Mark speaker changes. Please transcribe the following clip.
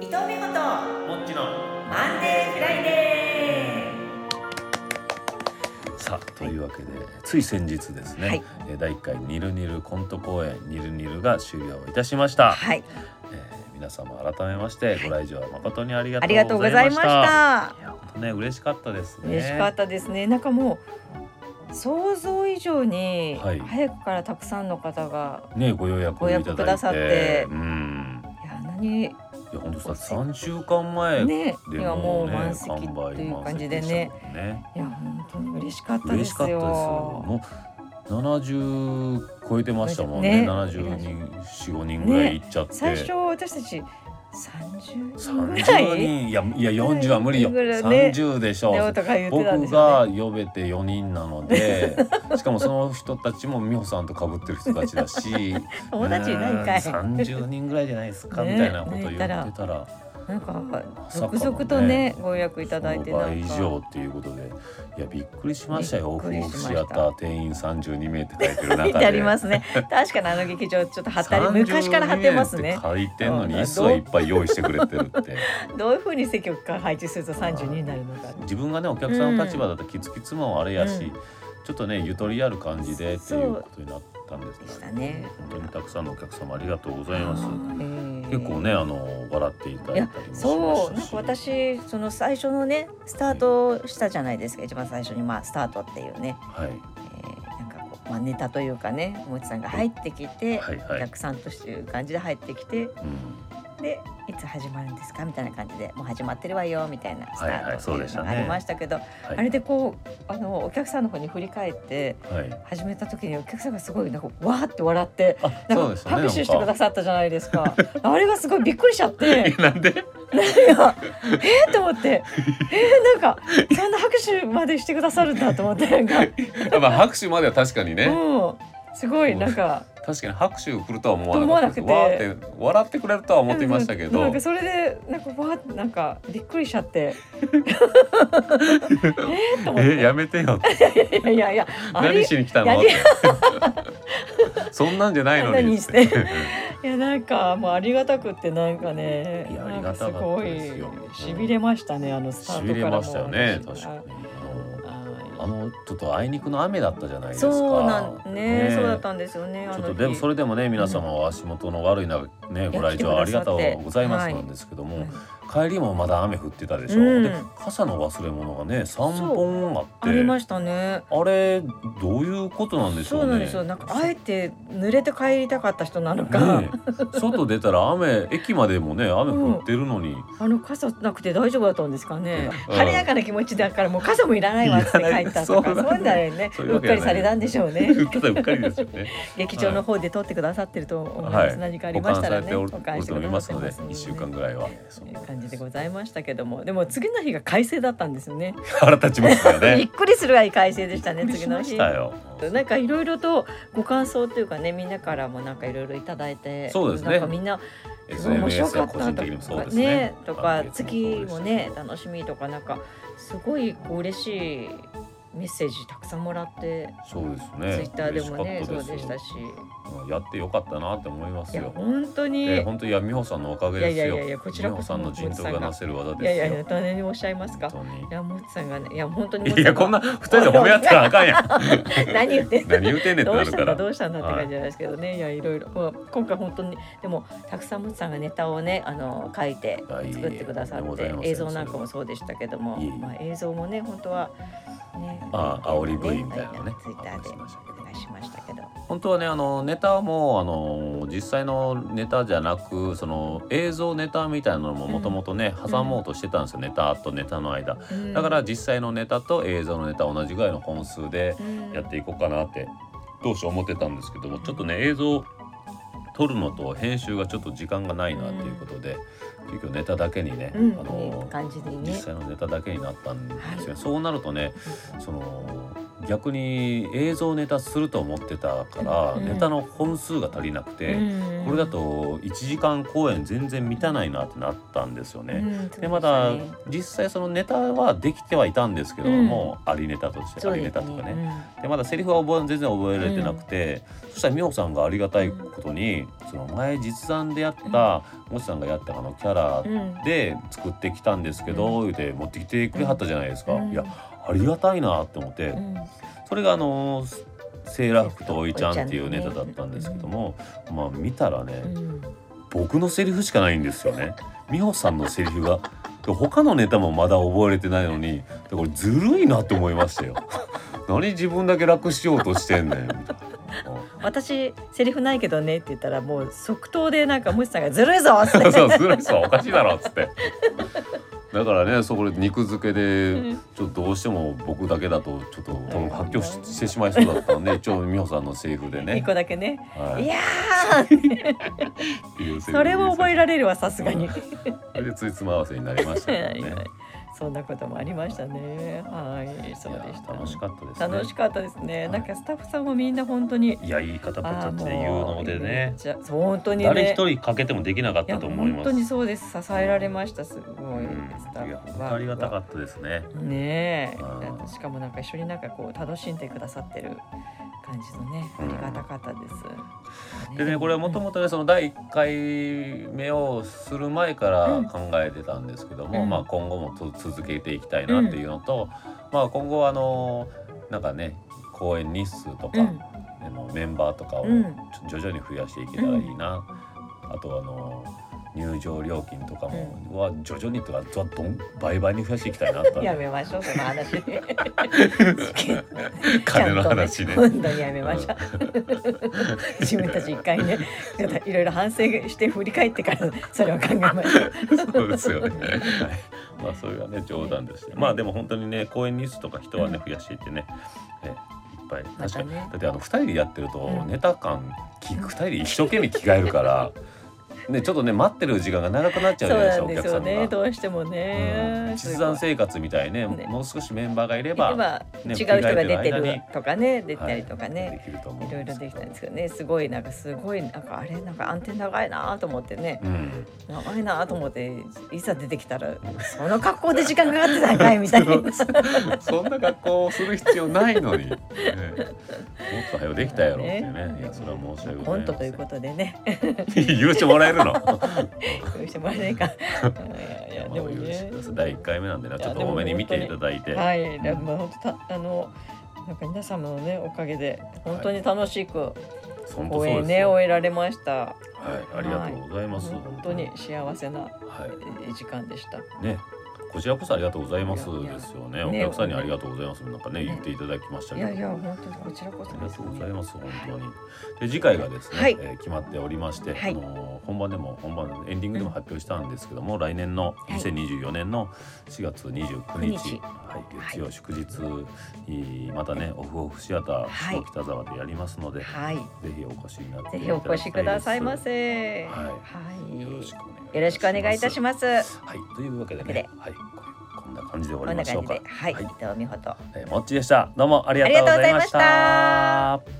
Speaker 1: 糸目ごと
Speaker 2: もっちの
Speaker 1: マンデーフライデ
Speaker 2: さあというわけで、つい先日ですね、
Speaker 1: はい
Speaker 2: えー第1回「にるにるコント公演にるにる」が終了いたしまし
Speaker 1: ー
Speaker 2: た、
Speaker 1: はい
Speaker 2: えー皆様改めましてご来場誠にありが
Speaker 1: あ
Speaker 2: と
Speaker 1: りがとう
Speaker 2: うご
Speaker 1: ご
Speaker 2: ざ
Speaker 1: ざ
Speaker 2: い
Speaker 1: い
Speaker 2: ま
Speaker 1: ま
Speaker 2: し
Speaker 1: したた
Speaker 2: いや本当ね嬉しかったですね
Speaker 1: 嬉しかったですねなんかもう想像以上に
Speaker 2: はい
Speaker 1: 早くからたくさんの方が、
Speaker 2: ねご予約をいただい
Speaker 1: ご
Speaker 2: て
Speaker 1: 予約くださって
Speaker 2: うん
Speaker 1: い、や何
Speaker 2: いや本当さ3週間前
Speaker 1: ね
Speaker 2: で
Speaker 1: 今も
Speaker 2: もう
Speaker 1: う
Speaker 2: ね
Speaker 1: 満席っていう感じでね
Speaker 2: 完売満席したもんね
Speaker 1: いや本当に嬉しかった
Speaker 2: 嬉
Speaker 1: で
Speaker 2: しか
Speaker 1: す
Speaker 2: ったですよ
Speaker 1: よ。
Speaker 2: もう70超えてましたもんね
Speaker 1: ね
Speaker 2: 70人45人ぐらいいっちゃって、
Speaker 1: 最初私たち三十人ぐら
Speaker 2: 30
Speaker 1: い
Speaker 2: 人いやいや40は無理よ、
Speaker 1: ぐらいね
Speaker 2: 30でしょ
Speaker 1: でとか言ってたんで
Speaker 2: 僕
Speaker 1: すよ
Speaker 2: が
Speaker 1: ね。
Speaker 2: 呼べて4人なので しかもその人たちも美穂さんと被ってる人たちだし
Speaker 1: 友達いないんかい。
Speaker 2: うん30人ぐらいじゃないですか、
Speaker 1: ね
Speaker 2: みたいなこと言っ
Speaker 1: ね
Speaker 2: て
Speaker 1: い
Speaker 2: た
Speaker 1: た
Speaker 2: ら
Speaker 1: らなんか
Speaker 2: さかの
Speaker 1: 続
Speaker 2: ね
Speaker 1: 々とねご予約いただいて
Speaker 2: その
Speaker 1: なんか
Speaker 2: 倍以上っていうことでいやびっくりしましたよ
Speaker 1: びっくり
Speaker 2: 往
Speaker 1: しま
Speaker 2: 復
Speaker 1: した
Speaker 2: シアター定員32名って書いて る
Speaker 1: 書い
Speaker 2: 中
Speaker 1: て
Speaker 2: で
Speaker 1: ありますね。確かにあの劇場ちょっと貼ったり
Speaker 2: 32
Speaker 1: 昔から貼ってますね
Speaker 2: 名っ。て書いてんのに椅子はいっぱい用意してくれてる って。
Speaker 1: どういう風に席を配置すると三十になるのか。
Speaker 2: 自分がねお客さんの立場だときつきつもあれやし、
Speaker 1: うん
Speaker 2: ちょっとねゆとりある感じでって
Speaker 1: そう
Speaker 2: いうことになったんです
Speaker 1: でしたね
Speaker 2: 本当にたくさんのお客様ありがとうございます。
Speaker 1: 結
Speaker 2: 結構ねあの笑っていただいたりもしましたし。
Speaker 1: そうなんか私その最初のねスタートしたじゃないですか一番最初にまあスタートっていうね、え
Speaker 2: はい
Speaker 1: ーなんかこう、まあ、ネタというかねもちさんが入ってきて、
Speaker 2: はいは
Speaker 1: お
Speaker 2: い。
Speaker 1: 客さんとしていう感じで入ってきて
Speaker 2: うん
Speaker 1: でいつ始まるんですかみたいな感じでもう始まってるわよみたいなスタ
Speaker 2: はいは
Speaker 1: ー
Speaker 2: い
Speaker 1: トっていうのが
Speaker 2: そうでしたね
Speaker 1: ありましたけど、
Speaker 2: はい、
Speaker 1: あれでこうあのお客さんの方に振り返って
Speaker 2: はい。
Speaker 1: 始めた時にお客さんがすごいなんかわーって笑って
Speaker 2: あ
Speaker 1: な
Speaker 2: そ
Speaker 1: んか
Speaker 2: うですよね。
Speaker 1: 拍手してく だ
Speaker 2: さ
Speaker 1: さったじゃないですかあれがすごいびっくりしちゃって。
Speaker 2: い。なんで？
Speaker 1: なんかえー、と思ってえー、なんかそんな拍手までしてくださるんだと思ってなんか、
Speaker 2: まあ拍手までは確かにね。
Speaker 1: うん、すごいなんか
Speaker 2: 確かに拍手来るとは思わなかったです。
Speaker 1: 思わ
Speaker 2: わ
Speaker 1: なくて
Speaker 2: ーって笑ってくれるとは思っていましたけど。
Speaker 1: なんかそれでなんかわーなんかびっくりしちゃ ってえー、と思っ
Speaker 2: えやめてよって。
Speaker 1: ていやいやいやあれ
Speaker 2: 何しに来たの
Speaker 1: や
Speaker 2: って。そんなんじゃないのに
Speaker 1: 何して いやなんかもうありがたくってなんかね
Speaker 2: いや
Speaker 1: なん
Speaker 2: ありがたかったですよ
Speaker 1: すごいしびれましたねあのスター
Speaker 2: し
Speaker 1: ト
Speaker 2: び
Speaker 1: から
Speaker 2: れ
Speaker 1: も
Speaker 2: ましたよね確かにあのあ
Speaker 1: に
Speaker 2: のちょっとあいにくの雨だったじゃないですか
Speaker 1: そうなんね
Speaker 2: え
Speaker 1: そうだったんですよねあ
Speaker 2: ちょ
Speaker 1: の
Speaker 2: っと
Speaker 1: 日
Speaker 2: でもそれでもね皆様は足元の悪い中ねご来場ありがとうございます
Speaker 1: いや来てくださって
Speaker 2: なんですけど
Speaker 1: は
Speaker 2: も
Speaker 1: い
Speaker 2: 帰りもまだ雨降ってたでしょ
Speaker 1: うん
Speaker 2: で傘の忘れ物がね三
Speaker 1: そう
Speaker 2: 本あ
Speaker 1: あり
Speaker 2: っ
Speaker 1: ま
Speaker 2: て
Speaker 1: したね。
Speaker 2: あれどういうことなんでしょ
Speaker 1: そううなんで
Speaker 2: ね
Speaker 1: すよ。なんかあえて濡れて帰りたかった人なのか、
Speaker 2: ねえ外出たら雨駅までもね雨降ってるのに
Speaker 1: あの傘なくて大丈夫だったんですかね。
Speaker 2: うん
Speaker 1: 晴れやかな気持ちだからもう傘もいらないわって帰
Speaker 2: いらない
Speaker 1: ったとか、
Speaker 2: そう
Speaker 1: そう
Speaker 2: だね
Speaker 1: なんだよね。
Speaker 2: そういう
Speaker 1: う
Speaker 2: わ
Speaker 1: っ
Speaker 2: け
Speaker 1: か
Speaker 2: じゃない
Speaker 1: りされたんでしょうね。
Speaker 2: うっかりうっかりですよね
Speaker 1: 劇場の方で撮ってくださってると思い
Speaker 2: は
Speaker 1: ま
Speaker 2: い
Speaker 1: す。何 かあり
Speaker 2: 保
Speaker 1: ま
Speaker 2: 管
Speaker 1: した
Speaker 2: さ
Speaker 1: ら
Speaker 2: れ
Speaker 1: ね、
Speaker 2: ておる
Speaker 1: 保管して
Speaker 2: お
Speaker 1: く
Speaker 2: り
Speaker 1: だ
Speaker 2: ま
Speaker 1: さ
Speaker 2: す
Speaker 1: って
Speaker 2: の
Speaker 1: ま
Speaker 2: で
Speaker 1: すのでね
Speaker 2: 一週間ぐらいは
Speaker 1: という感じでございましたけども、でも次の日が快晴だったんですよね。
Speaker 2: 腹立ちますよ
Speaker 1: びっ
Speaker 2: ね。
Speaker 1: くりするぐらい快晴でしたね。次の
Speaker 2: し
Speaker 1: 日。
Speaker 2: たよ。
Speaker 1: なんかいろいろとご感想というかねみんなからもなんかいろいろいただいて
Speaker 2: そうですね
Speaker 1: なんかみんなすごい面白
Speaker 2: SNS
Speaker 1: か
Speaker 2: は
Speaker 1: っ
Speaker 2: 個
Speaker 1: た
Speaker 2: 人
Speaker 1: と
Speaker 2: 的
Speaker 1: か
Speaker 2: にもそうですね。
Speaker 1: ねとか月もね
Speaker 2: そうです
Speaker 1: 楽しみとかなんかすごいこう嬉しいメッセージたくさんもらって、
Speaker 2: そうです
Speaker 1: ツイ
Speaker 2: ね。
Speaker 1: ッターでもね
Speaker 2: 嬉
Speaker 1: そ
Speaker 2: か
Speaker 1: う
Speaker 2: った
Speaker 1: でしたし
Speaker 2: うんやってよかったなって思いま
Speaker 1: い
Speaker 2: す
Speaker 1: や
Speaker 2: よ。
Speaker 1: 本当に、
Speaker 2: えー本当いや美穂さんのおかげですよ。
Speaker 1: いやいやいやこちらこそ
Speaker 2: 美穂さんの人徳がなせる技
Speaker 1: いやい
Speaker 2: で
Speaker 1: や
Speaker 2: す
Speaker 1: いや
Speaker 2: よ。
Speaker 1: 何におっしゃいますか
Speaker 2: 本
Speaker 1: いやもっちさんがねいや本当
Speaker 2: 当
Speaker 1: に
Speaker 2: に
Speaker 1: もっ
Speaker 2: い
Speaker 1: ちさ
Speaker 2: や
Speaker 1: ん
Speaker 2: こん
Speaker 1: が
Speaker 2: な二人で褒め合ってたらあか んやん。
Speaker 1: 何言ってんの
Speaker 2: 何言うてんねんって
Speaker 1: ど
Speaker 2: な
Speaker 1: うした
Speaker 2: るか
Speaker 1: んだ
Speaker 2: ら。
Speaker 1: どうしたんだって感じじゃないですけどね、い、やいろいろ、まあ、今回本当にでもたくさんもつさんがネタをねあの書いて
Speaker 2: はい
Speaker 1: 作ってくださ
Speaker 2: とんでも
Speaker 1: っ
Speaker 2: ござい
Speaker 1: て
Speaker 2: ません
Speaker 1: 映像なんかもそうでしたけども、
Speaker 2: いえいえ
Speaker 1: まあ、映像もね本当はね
Speaker 2: ああ煽り V みたいなのね
Speaker 1: ツイッターで
Speaker 2: ありましたけど
Speaker 1: お願いしましたけど
Speaker 2: 本当はねあのネタもあの実際のネタじゃなくその映像ネタみたいなのももともとね、
Speaker 1: ん
Speaker 2: 挟もうとしてたんですよネタとネタの間
Speaker 1: うん
Speaker 2: だから実際のネタと映像のネタ同じぐらいの本数で
Speaker 1: うん
Speaker 2: やっていこうかなって当初思ってたんですけどもちょっとね映像を撮るのと編集がちょっと時間がないなっていうことで結局ネタだけにね、
Speaker 1: うん
Speaker 2: あ
Speaker 1: いい
Speaker 2: の
Speaker 1: 感じで
Speaker 2: 実
Speaker 1: ね
Speaker 2: 際のネタだけになったんですよね、そうなるとねその逆に映像ネタすると思ってたから、
Speaker 1: うん
Speaker 2: ネタの本数が足りなくて、
Speaker 1: うん
Speaker 2: これだと1時間公演全然満たないなってなったんですよね。
Speaker 1: うん
Speaker 2: でまだ
Speaker 1: そうですね
Speaker 2: 実際そのネタはできてはいたんですけども、ありネタとして
Speaker 1: そ
Speaker 2: あ
Speaker 1: う
Speaker 2: り
Speaker 1: で
Speaker 2: ネ
Speaker 1: す
Speaker 2: タとかね
Speaker 1: ね
Speaker 2: でまだセリフは覚え全然覚えられてなくて、そしたら美穂さんがありがたいことにその前実案でやったもちさんがやったあのキャラ
Speaker 1: うんうん
Speaker 2: で作ってきたんですけど、言うて持ってきてくれはったじゃないですか、
Speaker 1: うん
Speaker 2: いやありがたいなって思って、
Speaker 1: うん
Speaker 2: それがあのーセーラ服とおいちゃんっていうネタだったんですけども、まあ見たらね、
Speaker 1: うん
Speaker 2: 僕のセリフしかないんですよね美穂さんのセリフがで他のネタもまだ覚えれてないのにでこれずるいなって思いましたよ 何自分だけ楽しようとしてんねんみたいな
Speaker 1: 私セリフないけどねって言ったらもう即答でなんかもしさんがずるいぞっつって
Speaker 2: そうずるいさおかしいだろっつってだからねそこで肉付け
Speaker 1: う
Speaker 2: で
Speaker 1: ん
Speaker 2: ちょっとどうしても僕だけだとちょっと多分発狂ししてしまいそうだったので一応美穂さんのセリフでね
Speaker 1: 一個だけね。
Speaker 2: はいい
Speaker 1: やー、
Speaker 2: っていうセリフで
Speaker 1: それを覚えられるわ、さすがに。
Speaker 2: それでついつま合わせになりましたけ どね
Speaker 1: そんなこともありましたね。はい、そうでし
Speaker 2: いや
Speaker 1: た。
Speaker 2: 楽しかったですね
Speaker 1: 楽しかったですね。
Speaker 2: はい
Speaker 1: なんかスタッフさんもみんな本当に。
Speaker 2: いやいい方
Speaker 1: あ
Speaker 2: た
Speaker 1: ー
Speaker 2: ちで言うのでね。
Speaker 1: じゃ、そう本当にね。
Speaker 2: 誰一人かけてもできなかっ
Speaker 1: いや
Speaker 2: たと思い
Speaker 1: 本
Speaker 2: ます。
Speaker 1: 当
Speaker 2: うん
Speaker 1: にそうです。支えられました。すごいスタ
Speaker 2: い
Speaker 1: ッ
Speaker 2: や
Speaker 1: フ
Speaker 2: 本
Speaker 1: は。
Speaker 2: 当ありがたかったですね。
Speaker 1: ね
Speaker 2: うん
Speaker 1: え、しかもなんか一緒になんかこう楽しんでくださってる感じのね、
Speaker 2: う
Speaker 1: あ
Speaker 2: ん
Speaker 1: りがたかったです。
Speaker 2: でねこれはもともとねその第1回目をする前から考えてたんですけど
Speaker 1: う
Speaker 2: も、
Speaker 1: ん
Speaker 2: まあ今後もと続けていきたいなっていうのと、まあ今後はあのなんかね公演日数とか、
Speaker 1: うん
Speaker 2: あのメンバーとかを
Speaker 1: うん
Speaker 2: ちょ徐々に増やしていけたらいいな、あとあの入場料金とかもは徐々にとかどん倍々に増やしていきたいなと
Speaker 1: やめましょうその話。
Speaker 2: 金の話ね。
Speaker 1: 本当にやめましょう。自分たち一回ね、ちょっといろいろ反省して振り返ってからそれを考えましょう。
Speaker 2: そうですよね。はいまあそれはね冗談ですね。まあでも本当にね公演日数とか人はね増やしていってね、えいっぱい
Speaker 1: ま
Speaker 2: 確か
Speaker 1: た
Speaker 2: に。
Speaker 1: ね
Speaker 2: だってあの二人でやってると
Speaker 1: うん
Speaker 2: ネタ感き二人で一生懸命着替えるから、ねちょっとね待ってる時間が長くなっちゃ
Speaker 1: そう
Speaker 2: うじゃな
Speaker 1: なん
Speaker 2: いですかお
Speaker 1: です
Speaker 2: 客
Speaker 1: よ
Speaker 2: さん
Speaker 1: ね。
Speaker 2: が。
Speaker 1: どうしても
Speaker 2: うん
Speaker 1: ね。
Speaker 2: 実弾生活みたいね
Speaker 1: ね
Speaker 2: もう少しメンバーがいれば
Speaker 1: ば違う
Speaker 2: ね
Speaker 1: 人が出て
Speaker 2: 着替えてる間
Speaker 1: る
Speaker 2: に
Speaker 1: とかね、出たりとか
Speaker 2: はい
Speaker 1: ね。
Speaker 2: できると思う
Speaker 1: い
Speaker 2: ん
Speaker 1: ろいろ
Speaker 2: すけ
Speaker 1: で
Speaker 2: ど
Speaker 1: きたんですけどね、すごいなんかすごいなんかあれなんか安定長いなと思ってね、
Speaker 2: うん、
Speaker 1: 長いなと思っていざ出てきたらその格好で時間かかってたんかいみたいな。
Speaker 2: そんな格好をする必要ないのに、ね、もっと早うできたやろっていうねいやそれは申し訳
Speaker 1: コ
Speaker 2: ござい
Speaker 1: ン
Speaker 2: ま
Speaker 1: ト
Speaker 2: せん
Speaker 1: ということでね。
Speaker 2: 許してもらえる の。
Speaker 1: そうしてもらえないか。 いやいやでも
Speaker 2: 許して
Speaker 1: ね
Speaker 2: く。ださい第一回目なんでな、
Speaker 1: い
Speaker 2: ち
Speaker 1: や
Speaker 2: ょっと多めに見ていただいて。
Speaker 1: はい、でも本当たあのなんか皆様のねおかげで本当に楽しく
Speaker 2: 本当そう
Speaker 1: 応
Speaker 2: で
Speaker 1: 援
Speaker 2: す
Speaker 1: ね
Speaker 2: よ。は
Speaker 1: 終
Speaker 2: い、
Speaker 1: えられました。
Speaker 2: ありがとうございます。
Speaker 1: 本当に。幸せな
Speaker 2: は
Speaker 1: えー時間でした。
Speaker 2: い。ね。こちらこそありがとうございます
Speaker 1: いやいや
Speaker 2: ですよ
Speaker 1: ね
Speaker 2: ね。お客さんにありがとうございます。なんかね、
Speaker 1: ね
Speaker 2: 言っていただきました
Speaker 1: い
Speaker 2: けど。
Speaker 1: やいや本当にこちらこそ
Speaker 2: あり
Speaker 1: で
Speaker 2: が
Speaker 1: す
Speaker 2: とうござい
Speaker 1: ね。
Speaker 2: ます。本当に。で、次回がですね、
Speaker 1: はい
Speaker 2: えー決まっておりまして、
Speaker 1: はい
Speaker 2: あのー本番でも、本番エンディングでも発表したんですけども、来年の2024年の4月29日、
Speaker 1: 29日
Speaker 2: はい、
Speaker 1: はい
Speaker 2: 月曜祝日に、またね、オフオフシアタ
Speaker 1: は
Speaker 2: ー、
Speaker 1: い
Speaker 2: 下北沢でやりますので、
Speaker 1: はい、
Speaker 2: ぜひお越しになっ
Speaker 1: ぜ
Speaker 2: てい
Speaker 1: ひ
Speaker 2: ただ
Speaker 1: お
Speaker 2: きたいです。
Speaker 1: 越しくださいませ。
Speaker 2: はい
Speaker 1: はい
Speaker 2: よろしくお願いいたします
Speaker 1: よろしくお願いいたします。
Speaker 2: はい、というわけでね、
Speaker 1: で
Speaker 2: はい、ここんな感じで終
Speaker 1: こ
Speaker 2: わ
Speaker 1: ん
Speaker 2: りま
Speaker 1: な
Speaker 2: しょ
Speaker 1: 感
Speaker 2: う
Speaker 1: じ
Speaker 2: か
Speaker 1: で、。はい、伊藤美穂と。
Speaker 2: えーもっちでした。どうもありがとうございまし
Speaker 1: ありがとうござい
Speaker 2: た。